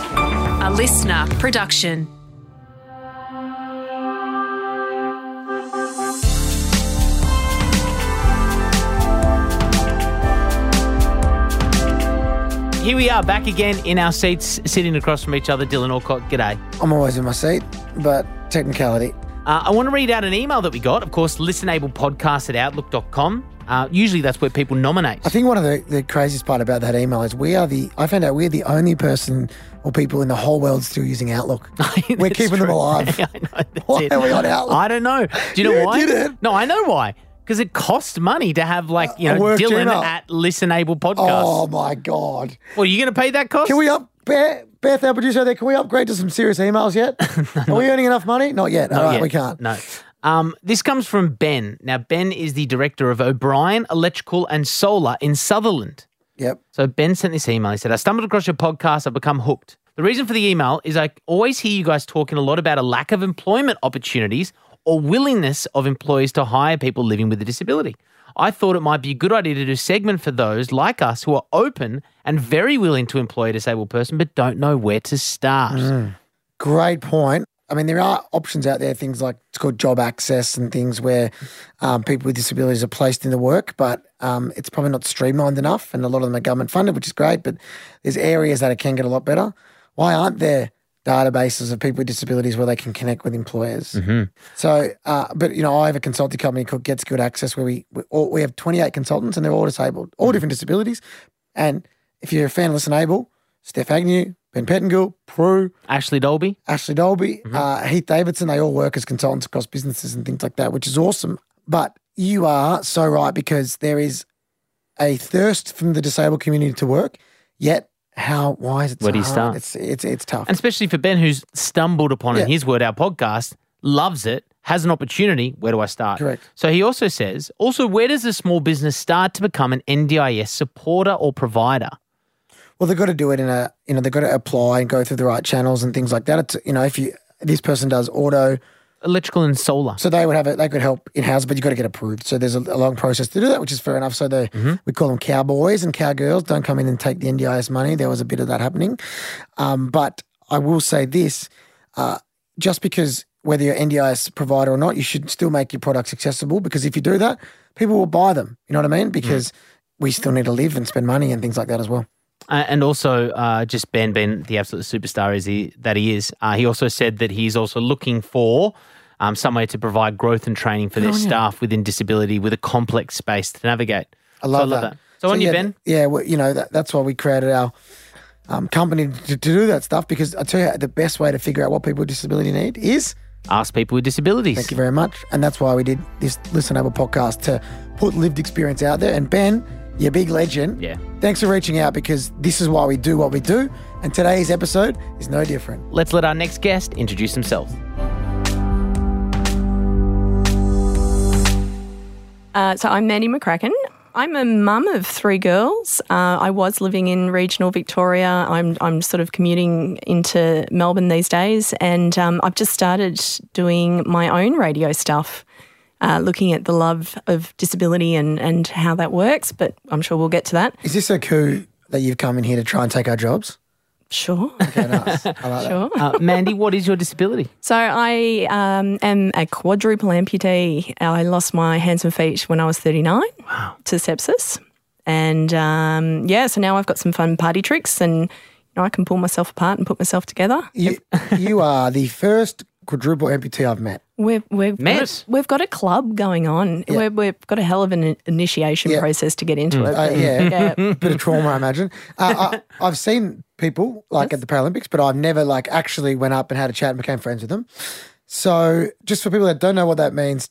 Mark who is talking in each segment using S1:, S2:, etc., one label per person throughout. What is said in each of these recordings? S1: a listener production.
S2: Here we are back again in our seats, sitting across from each other. Dylan Alcott, g'day.
S3: I'm always in my seat, but technicality.
S2: Uh, I want to read out an email that we got. Of course, listenablepodcast at outlook.com. Uh, usually that's where people nominate.
S3: I think one of the, the craziest part about that email is we are the, I found out we're the only person or people in the whole world still using Outlook. we're
S2: That's
S3: keeping them
S2: true.
S3: alive.
S2: Yeah, I know, that's
S3: Why
S2: it.
S3: are we on Outlook?
S2: I don't know. Do you know
S3: You
S2: why?
S3: did it. Uh,
S2: No, I know why. Because it costs money to have like you
S3: I
S2: know
S3: worked
S2: Dylan
S3: it up.
S2: at Listenable Podcast.
S3: Oh my God.
S2: Well, are you going to pay that cost?
S3: Can we up, Beth, Beth, our producer there, can we upgrade to some serious emails yet? are we earning enough money? Not yet. All
S2: Not
S3: right,
S2: yet.
S3: we can't.
S2: No. Um, this comes from Ben. Now, Ben is the director of O'Brien Electrical and Solar in Sutherland.
S3: Yep.
S2: So Ben sent this email. He said, I stumbled across your podcast. I've become hooked. The reason for the email is I always hear you guys talking a lot about a lack of employment opportunities or willingness of employers to hire people living with a disability. I thought it might be a good idea to do a segment for those like us who are open and very willing to employ a disabled person but don't know where to start.
S3: Great point. I mean, there are options out there, things like it's called job access and things where um, people with disabilities are placed in the work, but um, it's probably not streamlined enough. And a lot of them are government funded, which is great, but there's areas that it can get a lot better. Why aren't there databases of people with disabilities where they can connect with employers? So, uh, but you know, I have a consulting company called Gets Good Access where we we, all, we have 28 consultants and they're all disabled, all different disabilities. And if you're a fan of Listen Able, Steph Agnew, Ben Pettingill, Prue,
S2: Ashley Dolby?
S3: Ashley Dolby,
S2: Mm-hmm.
S3: uh, Heath Davidson, they all work as consultants across businesses and things like that, which is awesome. But you are so right because there is a thirst from the disabled community to work, yet how why is it
S2: Where
S3: so
S2: do you
S3: hard?
S2: start?
S3: It's it's it's tough.
S2: And especially for Ben, who's stumbled upon, in
S3: Yeah.
S2: his word, our podcast, loves it, has an opportunity. Where do I start?
S3: Correct.
S2: So he also says, also, where does a small business start to become an NDIS supporter or provider?
S3: Well, they've got to do it in a, you know, they've got to apply and go through the right channels and things like that. It's, you know, if you, this person does auto,
S2: Electrical and solar.
S3: so they would have it, they could help in house, but you've got to get approved. So there's a, a long process to do that, which is fair enough. So they, we call them cowboys and cowgirls. Don't come in and take the NDIS money. There was a bit of that happening. Um, but I will say this uh, just because whether you're NDIS provider or not, you should still make your products accessible because if you do that, people will buy them. You know what I mean? Because we still need to live and spend money and things like that as well.
S2: Uh, and also, uh, just Ben, Ben, the absolute superstar is he, that he is. Uh, he also said that he's also looking for um, somewhere to provide growth and training for their staff within disability with a complex space to navigate.
S3: I love,
S2: so I love that. So, on
S3: yeah,
S2: you, Ben.
S3: th- Yeah, well, you know that, that's why we created our um, company to, to do that stuff because I tell you the best way to figure out what people with disability need is
S2: Ask people with disabilities.
S3: thank you very much, and that's why we did this Listen Able podcast to put lived experience out there. And Ben, you're a big legend.
S2: Yeah.
S3: Thanks for reaching out because this is why we do what we do, and today's episode is no different.
S2: Let's let our next guest introduce themselves.
S4: Uh, so I'm Mandy McCracken. I'm a mum of three girls. Uh, I was living in regional Victoria. I'm, I'm sort of commuting into Melbourne these days, and um, I've just started doing my own radio stuff, uh, looking at the love of disability and, and how that works. But I'm sure we'll get to that.
S3: Is this a coup that you've come in here to try and take our jobs?
S4: Sure.
S3: Okay, nice. I like that.
S4: sure.
S2: Uh, Mandy, what is your disability?
S4: So I um, am a quadruple amputee. I lost my hands and feet when I was 39 to sepsis. And um, yeah, so now I've got some fun party tricks and you know, I can pull myself apart and put myself together.
S3: You, you are the first quadruple amputee I've met.
S4: We've, we've,
S2: Mad.
S4: got, a, we've got a club going on. We've, we've got a hell of an in- initiation
S3: Yeah.
S4: process to get into it.
S3: Uh,
S4: but-
S3: yeah.
S4: yeah.
S3: bit of trauma, I imagine. Uh, I, I've seen people like at the Paralympics, but I've never like actually went up and had a chat and became friends with them. So, just for people that don't know what that means,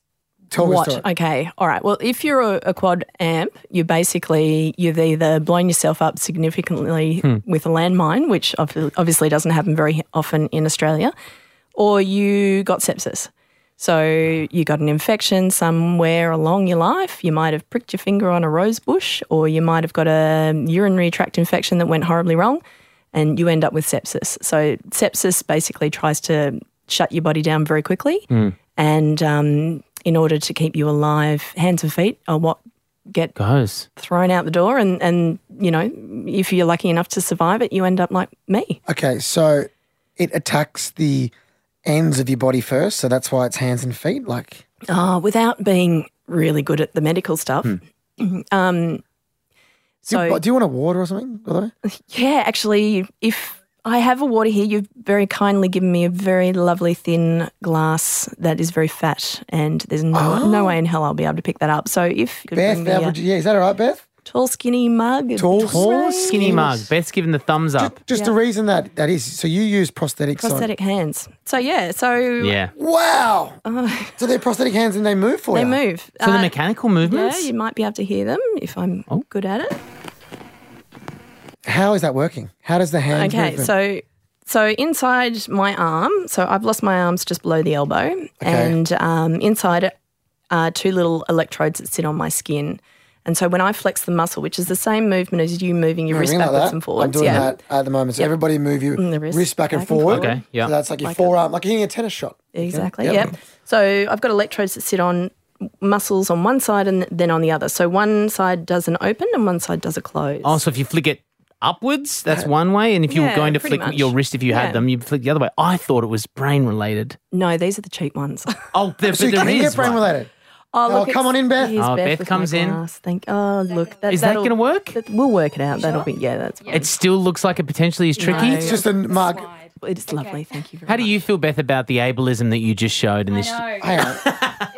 S3: tell us
S4: What? Okay. All right. Well, if you're a, a quad amp, you basically you've either blown yourself up significantly with a landmine, which ob- obviously doesn't happen very often in Australia, or you got sepsis. So you got an infection somewhere along your life. You might have pricked your finger on a rose bush, or you might have got a urinary tract infection that went horribly wrong, and you end up with sepsis. So sepsis basically tries to shut your body down very quickly, and um, in order to keep you alive, hands and feet are what get
S2: Goes.
S4: thrown out the door, and and you know if you're lucky enough to survive it, you end up like me.
S3: Okay, so it attacks the ends of your body first. So that's why it's hands and feet. Like,
S4: Uh, without being really good at the medical stuff.
S3: Hmm.
S4: um,
S3: do you,
S4: So-
S3: do you want a water or something? By the way?
S4: yeah, actually, if I have a water here, you've very kindly given me a very lovely thin glass that is very fat, and there's no, no way in hell I'll be able to pick that up. So if you could
S3: Oh. Beth,
S4: bring uh, me
S3: how
S4: a
S3: would you, yeah, is that all right, Beth?
S4: tall, skinny mug,
S3: Tall,
S2: Tall skinny mug. Beth's giving the thumbs up.
S3: Just the reason that that is. So you use prosthetics. on-
S4: prosthetic hands. So yeah, so
S2: Yeah.
S3: Wow. so they're prosthetic hands and they move for
S4: Oh.
S3: Oh.
S4: they
S3: you.
S4: move.
S2: So the
S4: Uh,
S2: mechanical
S4: yeah,
S2: movements.
S4: you might be able to hear them if I'm good at it.
S3: How is that working? How does the hand
S4: Okay,
S3: movement-
S4: so so inside my arm, so I've lost my arms just below the elbow, and um, inside it are two little electrodes that sit on my skin. And so when I flex the muscle, which is the same movement as you moving your wrist
S3: Something like
S4: backwards
S3: that.
S4: and forwards,
S3: I'm doing
S4: yeah, Mm,
S3: that at the moment. So everybody move your
S4: the
S3: wrist,
S4: wrist
S3: back and
S4: back and
S3: forward.
S4: forward.
S2: Okay, yeah.
S3: So that's like your forearm, like hitting a tennis shot.
S4: exactly, yep. So I've got electrodes that sit on muscles on one side and then on the other. So one side does an open and one side does a close.
S2: Oh, so if you flick it upwards, that's
S3: Uh,
S2: one way. And if you were
S4: Yeah,
S2: going to
S4: pretty
S2: flick
S4: much.
S2: your wrist if you
S4: Yeah.
S2: had them, you'd flick the other way. I thought it was brain related.
S4: No, these are the cheap ones.
S2: Oh, there,
S3: So
S2: but
S3: you
S2: there
S3: can get
S2: is
S3: brain
S2: one.
S3: related.
S4: Oh,
S3: Oh, come
S4: it's-
S3: on in, Beth.
S4: here's
S2: Oh, Beth
S4: with
S2: comes
S4: my
S2: in.
S4: glass. Thank. Oh, look. That,
S2: Is that
S4: that'll-
S2: going to work?
S4: that- we'll work it out. That'll be yeah. That's fine.
S2: It still looks like it potentially is tricky.
S4: No.
S3: It's just a mug.
S4: it's lovely. Thank you. Very
S2: How do you feel, Beth, about the ableism that you just showed in this?
S3: Hang on.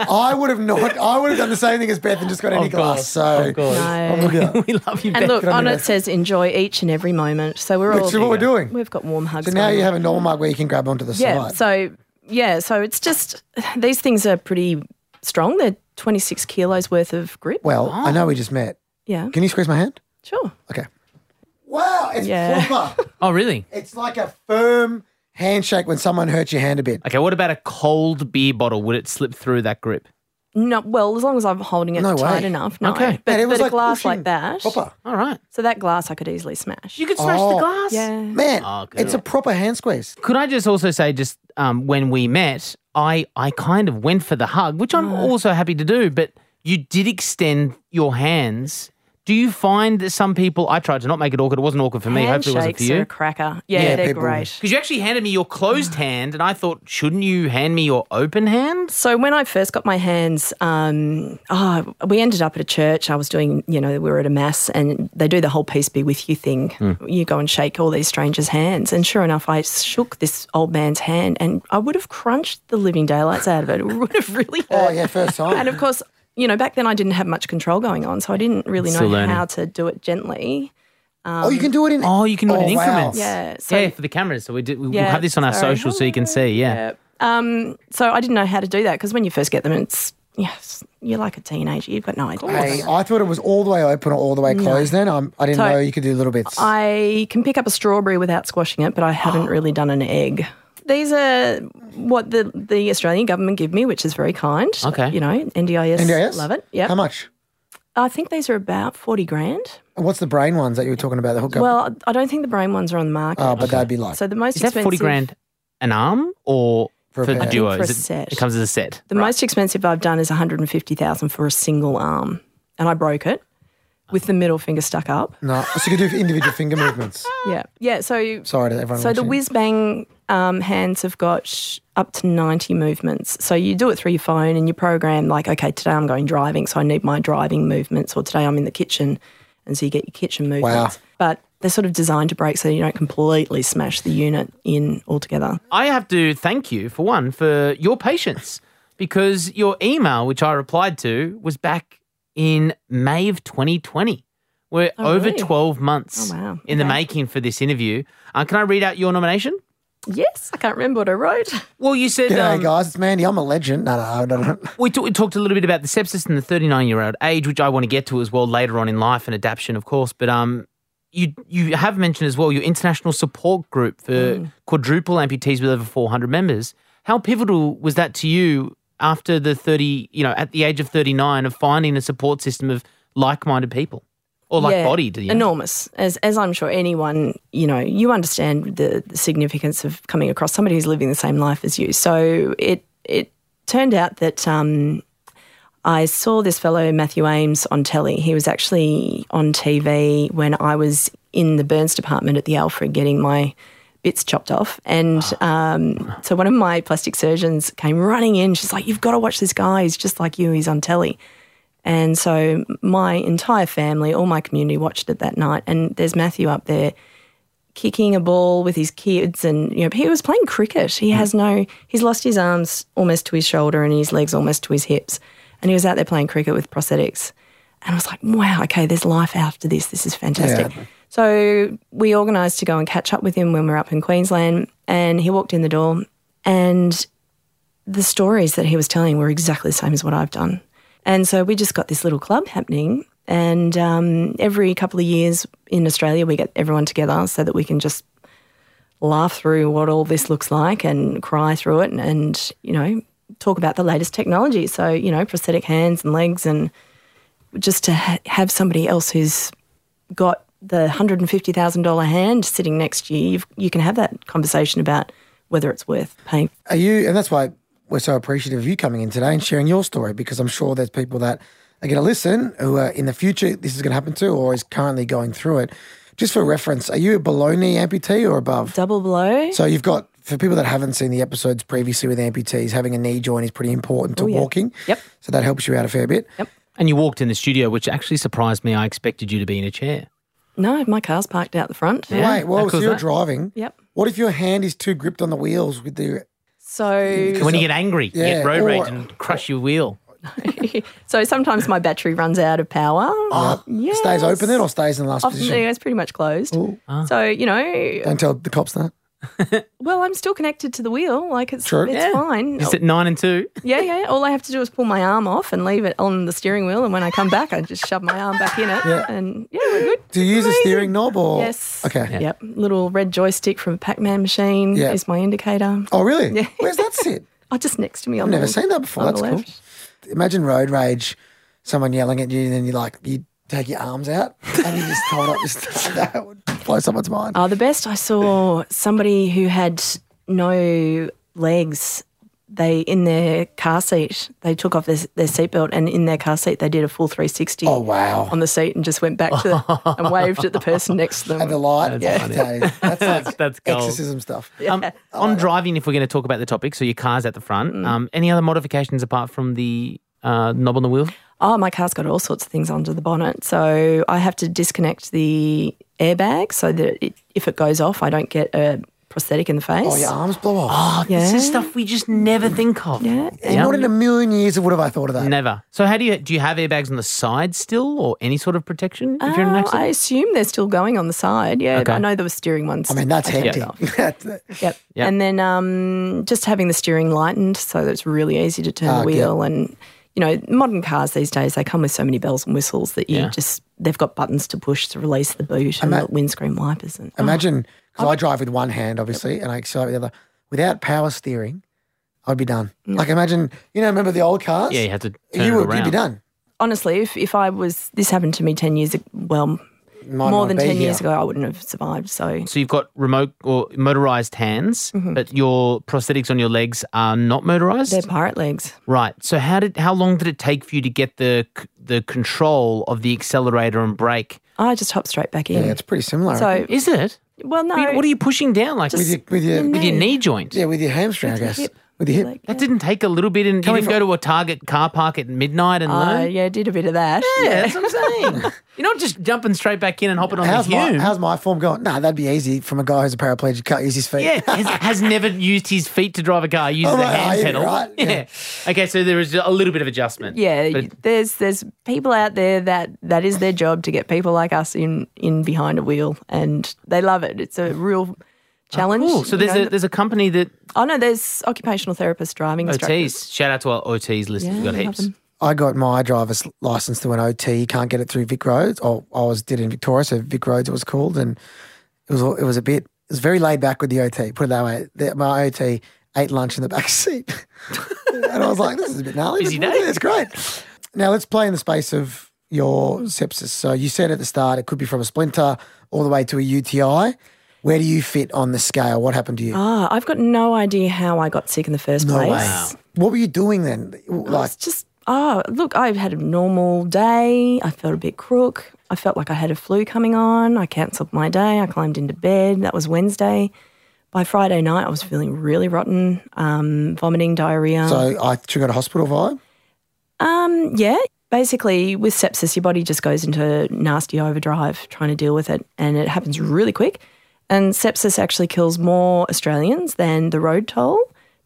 S3: I would have not. I would have done the same thing as Beth and just got any
S2: Of course,
S3: glass. So
S2: of course.
S4: No.
S3: look at that.
S2: we love you,
S4: And
S2: Beth.
S4: look,
S3: Good on
S4: on
S3: you,
S4: it
S3: Beth.
S4: says enjoy each and every moment. So we're all
S3: Which is what we're doing.
S4: We've got warm hugs.
S3: So now
S4: going
S3: you
S4: on.
S3: have a normal mug where you can grab onto the
S4: yeah.
S3: side.
S4: So yeah. So it's just these things are pretty strong. They're 26 kilos worth of grip.
S3: well, I know we just met.
S4: yeah.
S3: Can you squeeze my hand?
S4: Sure.
S3: Okay. Wow, it's
S4: Yeah.
S3: proper.
S2: Oh, really?
S3: it's like a firm handshake when someone hurts your hand a bit.
S2: Okay, what about a cold beer bottle? Would it slip through that grip?
S4: No. Well, as long as I'm holding it
S3: No
S4: tight
S3: way.
S4: enough. No.
S2: Okay.
S4: But,
S3: Man, it was
S4: but
S3: like
S4: a glass
S3: pushing
S4: like that.
S3: Proper.
S2: All right.
S4: So that glass I could easily smash.
S2: You could smash
S3: Oh.
S2: the glass.
S4: yeah.
S3: Man,
S2: Oh, good.
S3: it's a proper hand squeeze.
S2: Could I just also say, just um, when we met, I, I kind of went for the hug, which
S4: Mm.
S2: I'm also happy to do, but you did extend your hands. Do you find that some people, I tried to not make it awkward, it wasn't awkward for me, hopefully it wasn't for
S4: Handshakes are Mm. a
S2: you.
S4: cracker. Yeah,
S3: Yeah,
S4: they're
S3: people-
S4: great.
S2: Because you actually handed me your closed hand, and I thought, shouldn't you hand me your open hand?
S4: So when I first got my hands, um, oh, we ended up at a church. I was doing, you know, we were at a mass, and they do the whole peace be with you thing. You go and shake all these strangers' hands, and sure enough, I shook this old man's hand, and I would have crunched the living daylights out of it. It would have really hurt.
S3: Oh yeah, first
S4: And
S3: time.
S4: of course, you know, back then I didn't have much control going on, so I didn't really
S2: Still
S4: know
S2: learning.
S4: how to do it gently.
S3: oh, you can do it in.
S2: Oh, you can do it
S3: Oh,
S2: in
S3: wow.
S2: increments.
S4: Yeah, so-
S2: yeah, for the cameras. So we do, we'll
S4: Yeah,
S2: have this on our
S4: sorry.
S2: social so you can see. Yeah.
S4: Um, so I didn't know how to do that because when you first get them, it's yes, you're like a teenager. You've got no idea.
S3: Hey, I thought it was all the way open or all the way closed. Then I'm, I didn't
S4: So-
S3: know you could do little bits.
S4: I can pick up a strawberry without squashing it, but I haven't really done an egg. These are what the, the Australian government give me, which is very kind.
S2: Okay.
S4: You know, NDIS.
S3: NDIS?
S4: Love it. Yeah.
S3: How much?
S4: I think these are about 40 grand.
S3: And What's the brain ones that you were talking about? The hookup.
S4: Well, I don't think the brain ones are on the market.
S3: oh, but that'd be like.
S4: so the most
S2: Is that
S4: expensive,
S2: 40 grand an arm or
S3: For
S2: for,
S3: a
S2: the
S3: pair.
S2: duo?
S4: I think for
S2: Is
S4: a
S2: it,
S4: set.
S2: it comes as a set.
S4: The most expensive I've done is 150,000 for a single arm, and I broke it with the middle finger stuck up.
S3: no, so you could do individual finger movements.
S4: Yeah. Yeah. So
S3: Sorry to everyone.
S4: So the
S3: watching.
S4: whiz bang um, hands have got up to 90 movements. So you do it through your phone and you program, like, okay, today I'm going driving, so I need my driving movements, or today I'm in the kitchen. And so you get your kitchen movements. But they're sort of designed to break so you don't completely smash the unit in altogether.
S2: I have to thank you for one for your patience because your email, which I replied to, was back in May of 2020. We're
S4: Oh,
S2: over
S4: really?
S2: 12 months
S4: Oh, wow.
S2: in the
S4: Okay.
S2: making for this interview. Uh, can I read out your nomination?
S4: Yes, I can't remember what I wrote.
S2: Well, you said
S3: G'day,
S2: um,
S3: guys. It's Mandy. I'm a legend. No, no, no, no. no.
S2: we, t- we talked a little bit about the sepsis and the 39 year old age, which I want to get to as well later on in life and adaption, of course. But um, you you have mentioned as well your international support group for quadruple amputees with over 400 members. How pivotal was that to you after the 30, you know, at the age of 39 of finding a support system of like minded people or like bodied? You know?
S4: Enormous, as as I'm sure anyone you know you understand the, the significance of coming across somebody who's living the same life as you. So it it turned out that. Um, I saw this fellow Matthew Ames on telly. He was actually on TV when I was in the burns department at the Alfred getting my bits chopped off. And um, so one of my plastic surgeons came running in. She's like, You've got to watch this guy. He's just like you. He's on telly. And so my entire family, all my community watched it that night. And there's Matthew up there kicking a ball with his kids. And, you know, he was playing cricket. He has no, he's lost his arms almost to his shoulder and his legs almost to his hips. And he was out there playing cricket with prosthetics. And I was like, wow, okay, there's life after this. This is fantastic. So we organised to go and catch up with him when we were up in Queensland. And he walked in the door and the stories that he was telling were exactly the same as what I've done. And so we just got this little club happening. And um, every couple of years in Australia, we get everyone together so that we can just laugh through what all this looks like and cry through it and, and you know, talk about the latest technology. So, you know, prosthetic hands and legs and just to ha- have somebody else who's got the $150,000 hand sitting next to you, you've, you can have that conversation about whether it's worth paying.
S3: Are you, and that's why we're so appreciative of you coming in today and sharing your story because I'm sure there's people that are going to listen who are in the future, this is going to happen to, or is currently going through it. Just for reference, are you a below knee amputee or above?
S4: Double blow.
S3: So you've got for people that haven't seen the episodes previously with amputees, having a knee joint is pretty important to
S4: Oh, yeah.
S3: walking.
S4: Yep.
S3: So that helps you out a fair bit.
S2: And you walked in the studio, which actually surprised me. I expected you to be in a chair.
S4: No, my car's parked out the front.
S2: Yeah.
S3: Wait, well,
S2: how
S3: so
S2: cool's
S3: you're
S2: that?
S3: driving.
S4: Yep.
S3: What if your hand is too gripped on the wheels with the
S4: So,
S2: When you get angry, you
S3: Yeah,
S2: get road
S3: or-
S2: rage and crush your wheel.
S4: so sometimes my battery runs out of power.
S3: uh,
S4: Oh,
S3: stays open then or stays in the last
S4: Often
S3: position?
S4: yeah, it's pretty much closed. So you know,
S3: Don't tell the cops that.
S4: well, I'm still connected to the wheel. Like it's
S3: True.
S4: it's
S2: Yeah.
S4: fine.
S2: Just at nine and two.
S4: Yeah, yeah. All I have to do is pull my arm off and leave it on the steering wheel, and when I come back, I just shove my arm back in it,
S3: Yeah.
S4: and yeah, we're good.
S3: Do you use a steering knob or?
S4: Yes.
S3: Okay.
S4: Yep. Little red joystick from a Pac-Man machine
S3: Yeah.
S4: is my indicator.
S3: Oh, really? Where's that sit?
S4: Oh, just next to me.
S3: I've
S4: On
S3: never
S4: the,
S3: seen that before.
S4: on
S3: That's
S4: the
S3: cool.
S4: left.
S3: Imagine road rage, someone yelling at you, and then you like you take your arms out and you just hold up. Just that would blow someone's mind.
S4: Oh, the best I saw somebody who had no legs. They in their car seat, they took off their, their seatbelt, and in their car seat, they did a full 360
S3: Oh, wow.
S4: on the seat and just went back to and waved at the person next to them.
S3: And the light.
S2: That's
S3: yeah, Dave, that's like
S2: That's gold.
S3: exorcism stuff.
S2: Um, on driving, if we're going to talk about the topic, so your car's at the front. Um, any other modifications apart from the uh, knob on the wheel?
S4: oh, my car's got all sorts of things under the bonnet. So I have to disconnect the airbag so that it, if it goes off, I don't get a prosthetic in the face.
S3: Oh, your arms blow off.
S2: Oh, this is
S4: Yeah.
S2: stuff we just never think of.
S4: Yeah.
S2: Yeah.
S3: Not in a million years would have I thought of that.
S2: Never. So how do you do? You have airbags on the side still, or any sort of protection if you're in an
S4: Oh,
S2: accident?
S4: I assume they're still going on the side. Yeah,
S2: Okay.
S4: I know there were steering ones.
S3: I mean, that's
S4: take
S3: hectic.
S4: off.
S3: That's-
S4: Yep.
S2: Yep.
S4: And then um, just having the steering lightened so that it's really easy to turn the wheel. And, you know, modern cars these days, they come with so many bells and whistles that you
S2: Yeah.
S4: just, they've got buttons to push to release the boot and
S3: Ima-
S4: the windscreen wipers. And,
S3: Imagine,
S2: Oh,
S3: because I drive with one hand, obviously, and I accelerate with the other. Without power steering, I'd be done. Like, imagine, you know, remember the old cars?
S2: yeah, you have to turn
S3: You
S2: it
S3: would,
S2: around.
S3: you'd be done.
S4: honestly, if, if I was, this happened to me 10 years ago, well,
S3: Might
S4: more
S3: not
S4: than
S3: be
S4: 10 years
S3: here.
S4: ago, I wouldn't have survived. So,
S2: So you've got remote or motorized hands, but your prosthetics on your legs are not motorized.
S4: they're pirate legs.
S2: Right. So how did how long did it take for you to get the c- the control of the accelerator and brake?
S4: I just hop straight back in.
S3: Yeah, it's pretty similar.
S4: so,
S2: Is it?
S4: well, no.
S2: What are you pushing down like
S3: with your, with your,
S2: with your knee joint?
S3: yeah, with your hamstring, I
S4: your
S3: guess.
S4: hip.
S3: With your hip.
S4: Like,
S2: That didn't take a little bit, and you didn't go to a Target car park at midnight and
S4: uh,
S2: learn.
S4: yeah, I did a bit of that.
S2: Yeah, that's what I'm saying. You're not just jumping straight back in and hopping on
S3: How's
S2: the
S3: my,
S2: Hume.
S3: how's my form going? Nah, that'd be easy from a guy who's a paraplegic. Can't use his feet.
S2: Yeah, has, has never used his feet to drive a car. Uses
S3: Oh,
S2: the
S3: right, oh,
S2: hand
S3: yeah,
S2: pedal.
S3: right, yeah.
S2: Okay, so there is a little bit of adjustment.
S4: Yeah,
S2: But-
S4: y- there's there's people out there that that is their job to get people like us in in behind a wheel, and they love it. It's a real challenge.
S2: Cool. So
S4: you
S2: there's
S4: know.
S2: a there's a company that
S4: oh no, there's occupational therapists driving instructors.
S2: OTs. Shout out to our OTs listeners. We've got
S4: Yeah, I love
S2: heaps.
S4: them.
S3: I got my driver's license through an OT. You can't get it through Vic Roads. Or I was did it in Victoria, so Vic Roads it was called, and it was it was a bit. It was very laid back with the OT. Put it that way. The- my OT ate lunch in the back seat, and I was like, "This is a bit gnarly."
S2: Busy
S3: but
S2: day.
S3: It's great. Now let's play in the space of your sepsis. So you said at the start it could be from a splinter all the way to a UTI. Where do you fit on the scale? What happened to you?
S4: Ah, I've got no idea how I got sick in the first
S3: No
S4: place.
S3: way. What were you doing then? Like,
S4: It's just oh look, I had a normal day. I felt a bit crook. I felt like I had a flu coming on. I cancelled my day. I climbed into bed. That was Wednesday. By Friday night, I was feeling really rotten, um, vomiting, diarrhea.
S3: So I triggered a hospital vibe.
S4: Um, yeah. Basically, with sepsis, your body just goes into nasty overdrive trying to deal with it, and it happens really quick. And sepsis actually kills more Australians than the road toll,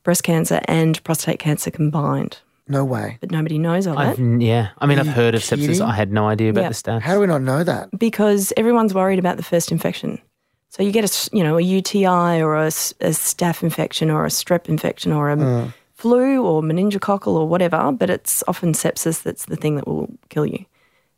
S4: breast cancer, and prostate cancer combined.
S3: No way.
S4: But nobody knows of
S2: I've,
S4: it
S2: yeah. I mean, I've
S3: you
S2: heard of sepsis.
S3: kidding?
S2: I had no idea about
S4: Yeah.
S2: the stats.
S3: How do we not know that?
S4: because everyone's worried about the first infection. So you get a s- you know a UTI or a, s- a staph infection or a strep infection or a
S3: Mm.
S4: flu or meningococcal or whatever, but it's often sepsis that's the thing that will kill you,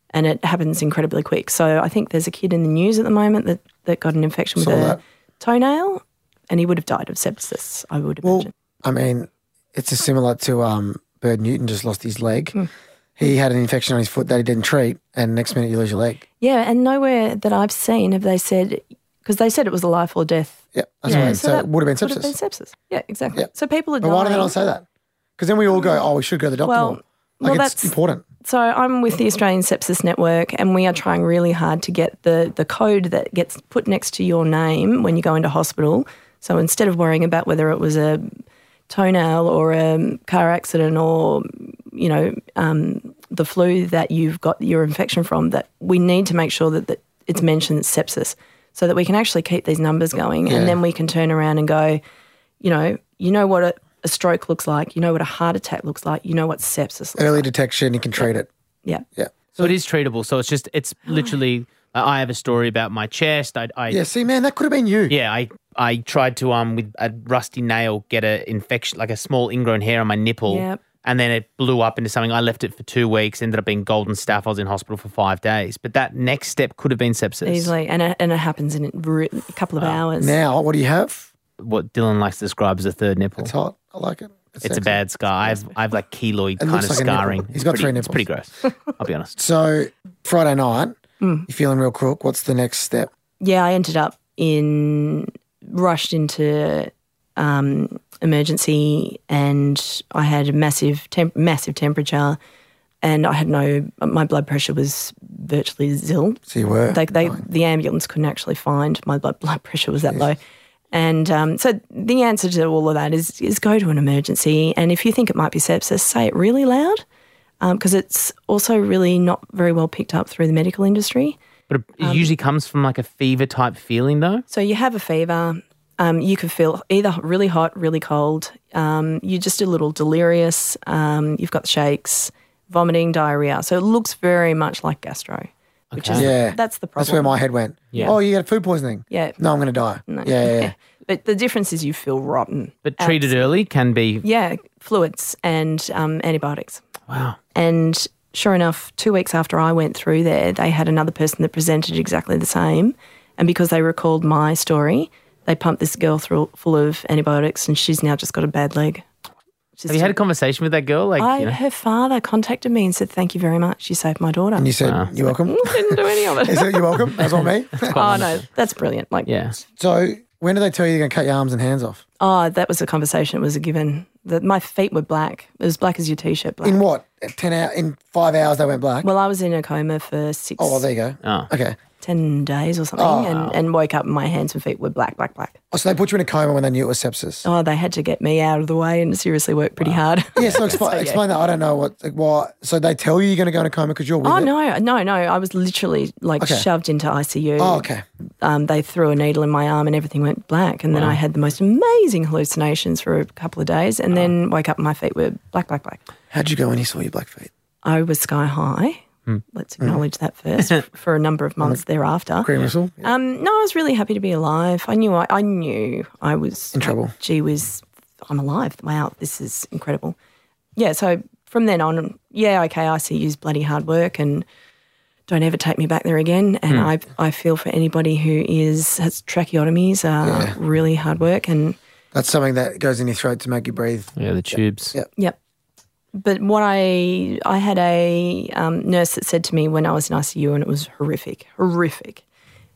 S4: and it happens incredibly quick. So I think there's a kid in the news at the moment that that got an infection with
S3: Saw
S4: a
S3: that.
S4: toenail, and he would have died of sepsis. I would
S3: Well,
S4: imagine.
S3: I mean, it's a similar to um, Bird Newton just lost his leg.
S4: Hmm.
S3: He had an infection on his foot that he didn't treat, and next minute you lose your leg.
S4: Yeah, and nowhere that I've seen have they said because they said it was a life or death.
S3: Yeah, that's
S4: Yeah,
S3: right. So, it would have been
S4: Would have been
S3: sepsis.
S4: sepsis. Yeah, exactly.
S3: Yeah.
S4: So people are
S3: But
S4: dying.
S3: why do they not say that? Because then we all go, oh, we should go to the doctor.
S4: Well,
S3: more.
S4: well,
S3: Like it's
S4: that's-
S3: important.
S4: So I'm with the Australian Sepsis Network, and we are trying really hard to get the the code that gets put next to your name when you go into hospital. So instead of worrying about whether it was a toenail or a car accident or you know um, the flu that you've got your infection from, that we need to make sure that, that it's mentioned as sepsis, so that we can actually keep these numbers going,
S3: Yeah.
S4: and then we can turn around and go, you know, you know what a, a stroke looks like, you know what a heart attack looks like, you know what sepsis looks
S3: Early
S4: like.
S3: detection, you can treat it.
S4: Yeah.
S3: Yeah.
S2: So it is treatable. So it's just, it's literally, I I have a story about my chest. I, I
S3: Yeah, see, man, that could have been you.
S2: Yeah, I I tried to um with a rusty nail get a infection like a small ingrown hair on my nipple.
S4: Yep.
S2: And then it blew up into something. I left it for two weeks, ended up being golden staff. I was in hospital for five days. But that next step could have been sepsis.
S4: Easily, and it, and it happens in a re- couple of hours.
S3: Now, what do you have?
S2: What Dylan likes to describe as a third nipple.
S3: It's
S2: It's,
S3: hot. I like it.
S2: a
S3: sexy.
S2: bad scar. I have, I have like keloid kind of
S3: looks like a nipple.
S2: scarring.
S3: He's
S2: It's
S3: got
S2: pretty,
S3: three
S2: It's pretty gross. I'll be honest.
S3: So Friday night,
S4: Hmm.
S3: you're feeling real crook. What's the next step?
S4: Yeah, I ended up in rushed into um, emergency, and I had a massive temp- massive temperature, and I had no my blood pressure was virtually zil.
S3: So you were.
S4: Like they, the ambulance couldn't actually find my blood blood pressure was that low. And um, so the answer to all of that is is go to an emergency, and if you think it might be sepsis, say it really loud, because it's also really not very well picked up through the medical industry.
S2: But it
S4: Um,
S2: it usually comes from like a fever type feeling, though.
S4: So you have a fever. Um, you could feel either really hot, really cold. Um, you're just a little delirious. Um, you've got shakes, vomiting, diarrhea. So it looks very much like gastro, which is
S3: Yeah.
S4: that's the problem.
S3: That's where my head went.
S2: Yeah.
S3: Oh, you had food poisoning.
S4: Yeah.
S3: No, I'm going to die. Yeah, yeah, yeah.
S4: But the difference is you feel rotten. Um,
S2: But treated early can be
S4: Yeah, fluids and um, antibiotics.
S2: wow.
S4: And sure enough, two weeks after I went through there, they had another person that presented exactly the same. And because they recalled my story, they pumped this girl through full of antibiotics, and she's now just got a bad leg. She's
S2: Have you had a conversation with that girl? Like,
S4: I,
S2: you know,
S4: her father contacted me and said, "Thank you very much. You saved my daughter."
S3: And you said, you're welcome.
S4: didn't do any of
S3: Is
S4: it.
S3: it you're welcome? That's what me.
S4: oh no, that's brilliant. Like,
S2: yeah.
S3: so when do they tell you you're going to cut your arms and hands off?
S4: oh, that was a conversation. It was a given. That my feet were black, as black as your t-shirt black.
S3: In what? At 10 hour, in five hours they went black?
S4: well, I was in a coma for six,
S3: oh, well, Oh, there you go.
S2: Oh.
S3: Okay.
S4: 10 days or something, and, and woke up and my hands and feet were black, black, black.
S3: Oh, so they put you in a coma when they knew it was sepsis.
S4: Oh, they had to get me out of the way and seriously worked pretty hard.
S3: Yeah, so explain, explain that. I don't know what, like, why. So they tell you you're going to go in a coma because you're with
S4: Oh
S3: it.
S4: no, no, no! I was literally like shoved into ICU.
S3: Oh, okay.
S4: um, they threw a needle in my arm and everything went black. And then I had the most amazing hallucinations for a couple of days, and then woke up and my feet were black, black, black.
S3: How'd you go when you saw your black feet?
S4: I was sky high.
S3: Hmm.
S4: Let's acknowledge that first for a number of months thereafter.
S3: Green whistle? Yeah.
S4: Um, no, I was really happy to be alive. I knew I, I knew I was
S3: In trouble.
S4: Gee whiz, I'm alive. Wow, this is incredible. Yeah, so from then on, yeah, okay, ICU's bloody hard work and don't ever take me back there again. And
S3: Hmm.
S4: I I feel for anybody who is has tracheotomies are really hard work and
S3: That's something that goes in your throat to make you breathe.
S2: Yeah, the tubes.
S3: Yeah.
S4: Yep. But what I I had a um, nurse that said to me when I was in ICU and it was horrific, horrific,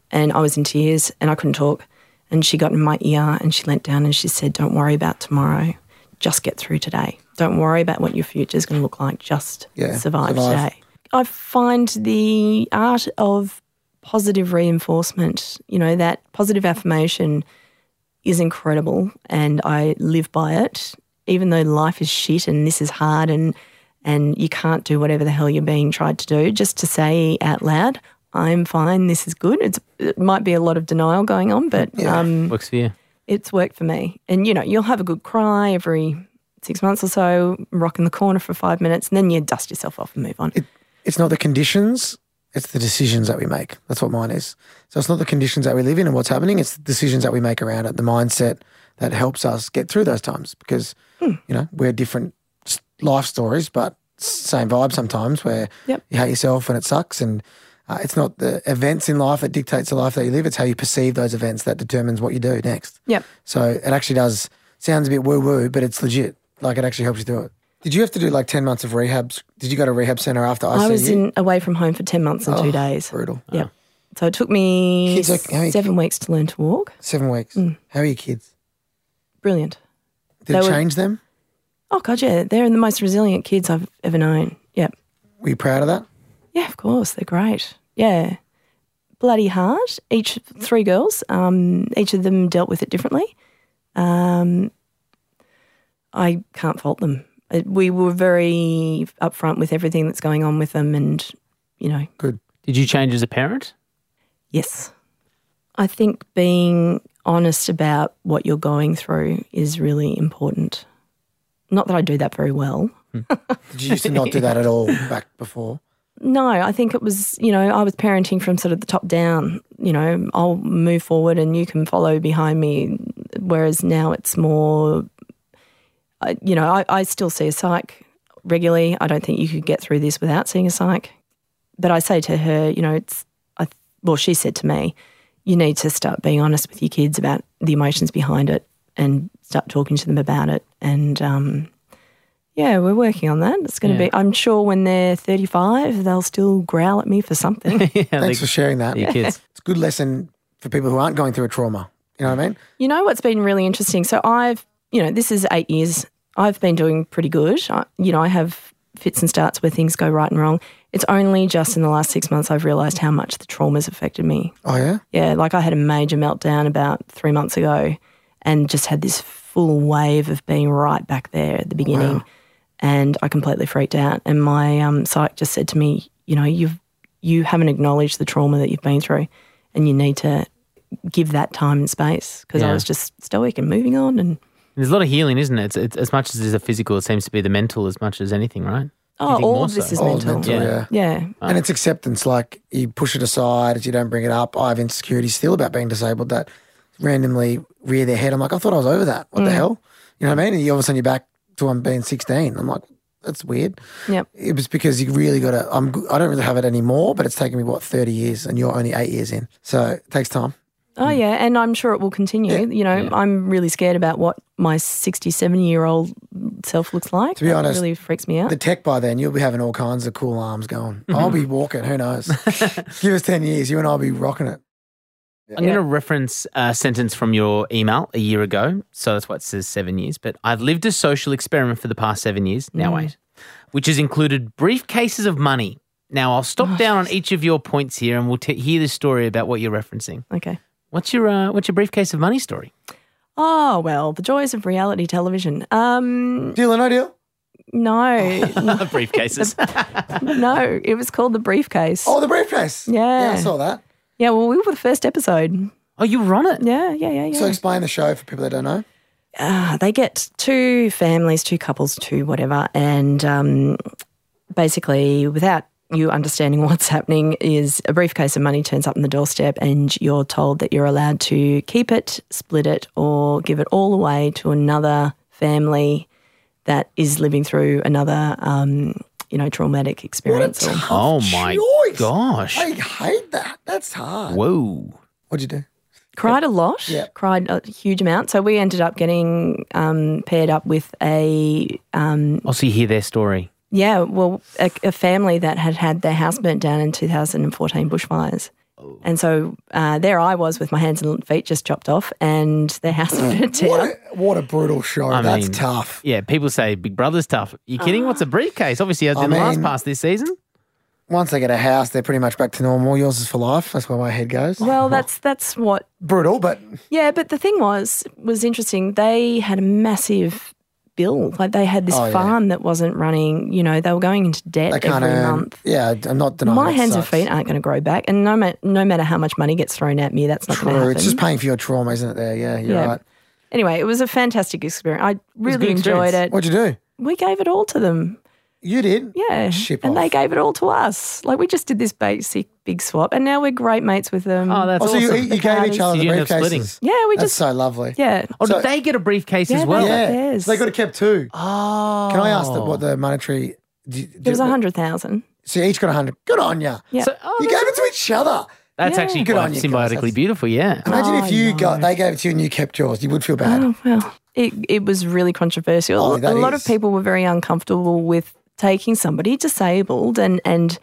S4: and I was in tears and I couldn't talk, and she got in my ear and she leant down and she said, "Don't worry about tomorrow, just get through today. Don't worry about what your future is going to look like. Just
S3: Yeah,
S4: survive
S3: survive.
S4: today." I find the art of positive reinforcement, you know, that positive affirmation is incredible and I live by it. Even though life is shit and this is hard and and you can't do whatever the hell you're being tried to do, just to say out loud, I'm fine, this is good. It's, it might be a lot of denial going on, but um,
S2: Works for you.
S4: it's worked for me. And you know, you'll have a good cry every six months or so, rock in the corner for five minutes, and then you dust yourself off and move on.
S3: it's not the conditions, it's the decisions that we make. That's what mine is. So it's not the conditions that we live in and what's happening, it's the decisions that we make around it, the mindset that helps us get through those times because, you know, we're different s- life stories, but same vibe sometimes where
S4: Yep.
S3: you hate yourself and it sucks. And uh, it's not the events in life that dictates the life that you live, it's how you perceive those events that determines what you do next.
S4: Yep.
S3: So it actually does, sounds a bit woo woo, but it's legit. Like it actually helps you through it. Did you have to do like 10 months of rehabs? Did you go to rehab center after
S4: I
S3: ICU?
S4: was in away from home for ten months and two days.
S3: Brutal.
S4: Yep. Um, So it took me
S3: Kids are- how many-
S4: seven weeks to learn to walk.
S3: Seven weeks. How are your kids?
S4: Brilliant.
S3: Did
S4: Mm. They
S3: it
S4: were-
S3: change them?
S4: Oh god, yeah, they're the most resilient kids I've ever known. Yep.
S3: Were you proud of that?
S4: Yeah, of course. They're great. Yeah. Bloody hard. Each three girls, um, each of them dealt with it differently. Um, I can't fault them. Uh, We were very upfront with everything that's going on with them, and, you know,
S2: Did you change as a parent?
S4: yes. I think being honest about what you're going through is really important. Not that I do that very well.
S3: Did you used to not do that at all back before?
S4: No, I think it was, you know, I was parenting from sort of the top down, you know, I'll move forward and you can follow behind me. Whereas now it's more, I, you know, I, I still see a psych regularly. I don't think you could get through this without seeing a psych. But I say to her, you know, it's, I, th- well, she said to me, you need to start being honest with your kids about the emotions behind it and start talking to them about it. And, um, yeah, we're working on that. It's going to
S2: Yeah.
S4: be. I'm sure when they're 35, they'll still growl at me for something.
S2: yeah,
S3: Thanks for sharing that.
S2: your kids.
S3: It's a good lesson for people who aren't going through a trauma. You know what I mean?
S4: you know what's been really interesting? So I've, you know, this is eight years. I've been doing pretty good. I, you know, I have fits and starts where things go right and wrong. It's only just in the last six months I've realised how much the trauma's affected me.
S3: Oh yeah.
S4: Yeah, like I had a major meltdown about three months ago and just had this full wave of being right back there at the beginning. And I completely freaked out. And my um, psych just said to me, you know, you've, you haven't acknowledged the trauma that you've been through and you need to give that time and space because
S2: Yeah.
S4: I was just stoic and moving on. And
S2: There's a lot of healing, isn't it? It's, it's, as much as there's a physical, it seems to be the mental as much as anything, right? you
S4: oh,
S2: think
S4: all
S2: more
S4: of this
S2: so?
S4: is
S3: All
S4: mental.
S3: mental,
S2: Yeah.
S3: yeah.
S4: Yeah.
S3: And it's acceptance. Like you push it aside, you don't bring it up. I have insecurities still about being disabled that randomly rear their head. I'm like, I thought I was over that. What the hell? You know what I mean? And you all of a sudden you're back to I'm being 16. I'm like, that's weird.
S4: Yep.
S3: It was because you really got to. I'm. I don't really have it anymore, but it's taken me what 30 years, and you're only eight years in, so it takes time.
S4: Oh,
S3: Hmm.
S4: yeah. And I'm sure it will continue. You know, I'm really scared about what my 67 year old self looks like.
S3: To be
S4: That
S3: honest,
S4: really freaks me out.
S3: The tech by then, you'll be having all kinds of cool arms going. I'll be walking. Who knows? Give us 10 years, you and I'll be rocking it.
S2: I'm going to reference a sentence from your email a year ago. So that's why it says seven years. But I've lived a social experiment for the past seven years, now
S3: Mm.
S2: eight, which has included briefcases of money. Now, I'll stop
S3: Oh,
S2: down on each of your points here and we'll t- hear the story about what you're referencing.
S4: Okay.
S2: What's your, uh, what's your briefcase of money story?
S4: Oh well, the joys of reality television. Um,
S3: Deal or no deal?
S4: no,
S2: briefcases.
S4: no, it was called the briefcase.
S3: Oh, the briefcase.
S4: Yeah.
S3: Yeah, I saw that.
S4: Yeah, well, we were the first episode.
S2: oh, you were on it.
S4: Yeah, yeah, yeah, yeah.
S3: So explain the show for people that don't know.
S4: Ah, they get two families, two couples, two whatever, and um, basically, without you understanding what's happening, is a briefcase of money turns up on the doorstep, and you're told that you're allowed to keep it, split it, or give it all away to another family that is living through another, um, you know, traumatic experience. or-
S2: Oh, my
S3: choice.
S2: gosh.
S3: I hate that. That's hard.
S2: Whoa.
S3: What'd you do?
S4: cried a lot,
S3: Yeah.
S4: cried a huge amount. So we ended up getting um, paired up with a
S2: I'll see you hear their story.
S4: Yeah, well, a, a family that had had their house burnt down in 2014 bushfires.
S3: Oh.
S4: And so uh, there I was with my hands and feet just chopped off, and their house burnt
S3: What
S4: down.
S3: a, what a brutal show.
S2: I
S3: That's
S2: mean-
S3: tough.
S2: Yeah, people say Big Brother's tough. You kidding? What's a briefcase? Obviously, it didn't last
S3: Ah. mean-
S2: past this season.
S3: once they get a house, they're pretty much back to normal. Yours is for life. That's where my head goes.
S4: Well, that's that's what.
S3: Brutal, but
S4: Yeah, but the thing was was interesting. They had a massive bill. Like they had this
S3: Oh, yeah.
S4: farm that wasn't running. You know, they were going into
S3: they
S4: debt
S3: can't
S4: every
S3: earn.
S4: month.
S3: Yeah, I'm not denying
S4: My
S3: it
S4: hands
S3: sucks.
S4: and feet aren't going to grow back, and no, ma- no matter how much money gets thrown at me, that's not going to
S3: True.
S4: happen.
S3: It's just paying for your trauma, isn't it? There, yeah, you're
S4: Yeah.
S3: right.
S4: anyway, it was a fantastic experience. I
S2: a
S4: really
S2: good
S4: enjoyed it.
S3: What'd you do?
S4: We gave it all to them.
S3: You did.
S4: Yeah.
S3: Ship
S4: and
S3: off.
S4: they gave it all to us. Like we just did this basic big swap and now we're great mates with them.
S2: Oh, that's
S3: Oh, so
S2: awesome.
S3: you, you gave each other
S2: You
S3: the
S2: didn't have splitting.
S3: briefcases.
S4: yeah, we
S3: That's
S4: just
S3: so lovely.
S4: yeah.
S2: oh,
S3: So-
S2: did they get a briefcase
S4: Yeah,
S2: as
S4: they
S2: well?
S4: did.
S3: yeah.
S4: theirs.
S3: So they could have kept two.
S2: Oh.
S3: Can I ask them what the monetary? Did,
S4: It was a hundred thousand.
S3: So you each got a hundred. Good on ya.
S4: Yeah.
S2: So, oh,
S3: you
S2: that's,
S3: gave it to each other.
S2: that's
S4: Yeah.
S2: actually
S3: Good
S2: quite
S3: on you guys.
S2: symbiotically
S3: That's-
S2: beautiful, yeah.
S3: Imagine
S4: I
S3: if you
S4: know.
S3: got they gave it to you and you kept yours. You would feel bad.
S4: Oh well. It it was really controversial.
S3: Oh,
S4: a
S3: that
S4: lot
S3: is.
S4: of people were very uncomfortable with taking somebody disabled and and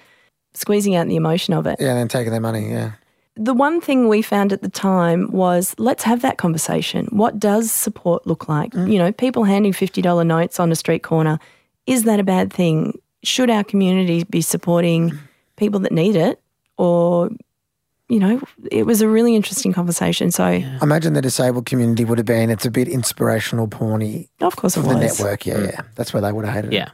S4: squeezing out the emotion of it.
S3: Yeah, and then taking their money. Yeah.
S4: The one thing we found at the time was let's have that conversation. What does support look like?
S3: Mm.
S4: You know, people handing $50 notes on a street corner, is that a bad thing? Should our community be
S3: Mm.
S4: supporting people that need it? Or, you know, it was a really interesting conversation. So,
S3: Imagine the disabled community would have been. It's a bit inspirational, porny.
S4: of course, it
S3: For the
S4: was.
S3: network, yeah, yeah. That's where they would have hated it.
S2: Yeah.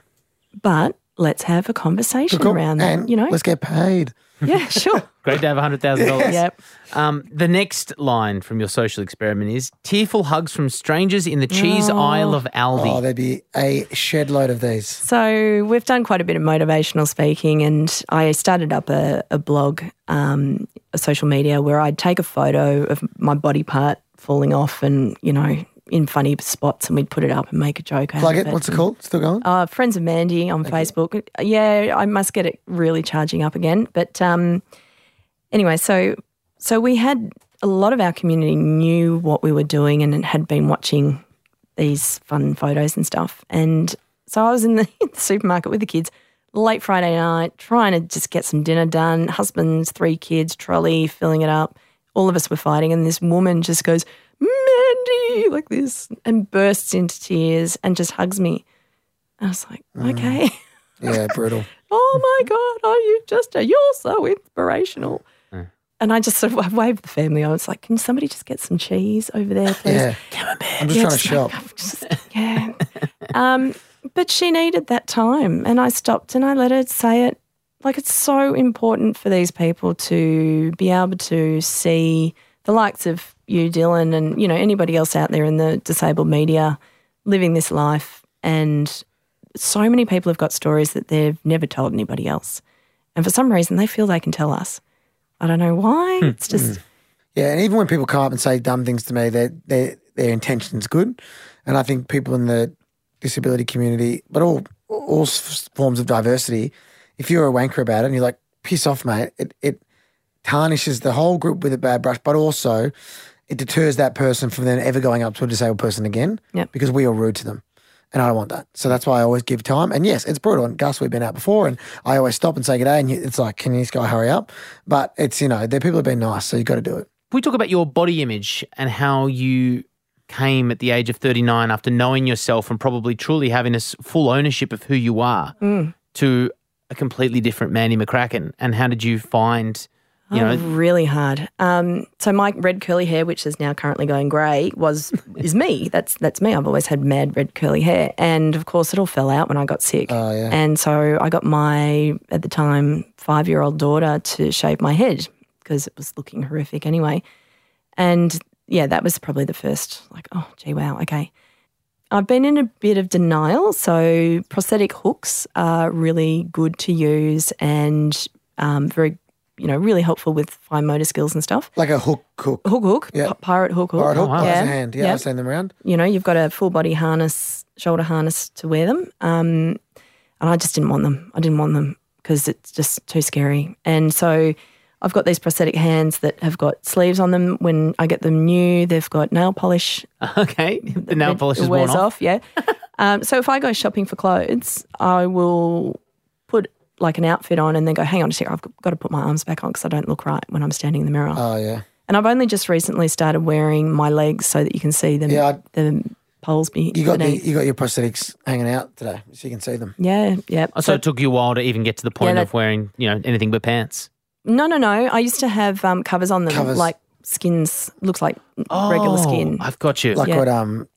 S4: But let's have a conversation
S3: Cool.
S4: around
S3: and
S4: that, you know?
S3: let's get paid.
S4: yeah, sure.
S2: Great to have $100,000.
S4: Yep.
S2: Um, the next line from your social experiment is tearful hugs from strangers in the cheese aisle of Aldi.
S3: Oh, there'd be a shed load of these.
S4: So we've done quite a bit of motivational speaking, and I started up a, a blog, um, a social media where I'd take a photo of my body part falling off, and you know, in funny spots, and we'd put it up and make a joke. out
S3: Plug
S4: of
S3: it. What's it called? Still going?
S4: Uh, Friends of Mandy on Facebook. Yeah, I must get it really charging up again. But um, anyway, so so we had a lot of our community knew what we were doing and had been watching these fun photos and stuff. And so I was in the, in the supermarket with the kids late Friday night, trying to just get some dinner done. Husbands, three kids, trolley, filling it up. All of us were fighting, and this woman just goes, Mandy, like this, and bursts into tears and just hugs me. I was like, okay.
S3: Yeah, brutal.
S4: oh my God, are you just, a, you're so inspirational. And I just sort of I waved the family. I was like, can somebody just get some cheese over there, please?
S3: Yeah. I'm just
S4: Yeah,
S3: trying to
S4: like,
S3: shop.
S4: I've just- yeah. um, but she needed that time, and I stopped and I let her say it. Like it's so important for these people to be able to see the likes of you, Dylan, and you know anybody else out there in the disabled media living this life. And so many people have got stories that they've never told anybody else, and for some reason they feel they can tell us. I don't know
S3: Hmm.
S4: why. It's just
S3: Yeah, and even when people come up and say dumb things to me, their their their intention's good, and I think people in the disability community, but all all s- forms of diversity, if you're a wanker about it and you're like piss off, mate, it it tarnishes the whole group with a bad brush, but also it deters that person from then ever going up to a disabled person again
S4: Yep.
S3: because we are rude to them. And I don't want that. So that's why I always give time. And yes, it's brutal. And Gus, we've been out before, and I always stop and say good day. And you- it's like, can this guy hurry up? But it's, you know, the people have been nice. So you've got to do it.
S2: Can we talk about your body image and how you came at the age of 39 after knowing yourself and probably truly having a s- full ownership of who you are to a completely different Mandy McCracken? And how did you find, you
S4: Oh,
S2: know,
S4: really hard. Um, so my red curly hair, which is now currently going grey, was is me. That's that's me. I've always had mad red curly hair, and of course, it all fell out when I got sick.
S3: Oh, yeah.
S4: And so I got my at the time five year old daughter to shave my head because it was looking horrific anyway. And yeah, that was probably the first like, oh gee, wow, okay. I've been in a bit of denial. So, prosthetic hooks are really good to use and um, very, you know, really helpful with fine motor skills and stuff.
S3: Like a hook hook.
S4: Hook, hook,
S3: Yeah.
S4: pi- pirate hook, hook.
S3: Or a hook
S2: wow.
S3: oh,
S4: Yeah.
S3: a hand. Yeah,
S4: Yeah.
S3: I've seen them around.
S4: You know, you've got a full body harness, shoulder harness to wear them. Um, and I just didn't want them. I didn't want them because it's just too scary. And so, I've got these prosthetic hands that have got sleeves on them. When I get them new, they've got nail polish
S2: okay, the nail
S4: it-
S2: polish
S4: it
S2: is worn
S4: wears
S2: off.
S4: Yeah. um, so if I go shopping for clothes, I will put like an outfit on and then go, hang on a sec, I've got to put my arms back on because I don't look right when I'm standing in the mirror.
S3: Oh yeah.
S4: and I've only just recently started wearing my legs so that you can see them.
S3: Yeah, I-
S4: the poles beneath.
S3: You got the, you got your prosthetics hanging out today, so you can see them.
S4: yeah, yeah.
S2: Oh, So it took you a while to even get to the point
S4: that-
S2: of wearing, you know, anything but pants.
S4: No, no, no. I used to have um, covers on them,
S3: Covers.
S4: like skins, looks like regular
S2: Oh,
S4: skin.
S2: I've got you.
S3: Like
S4: Yeah.
S3: what um,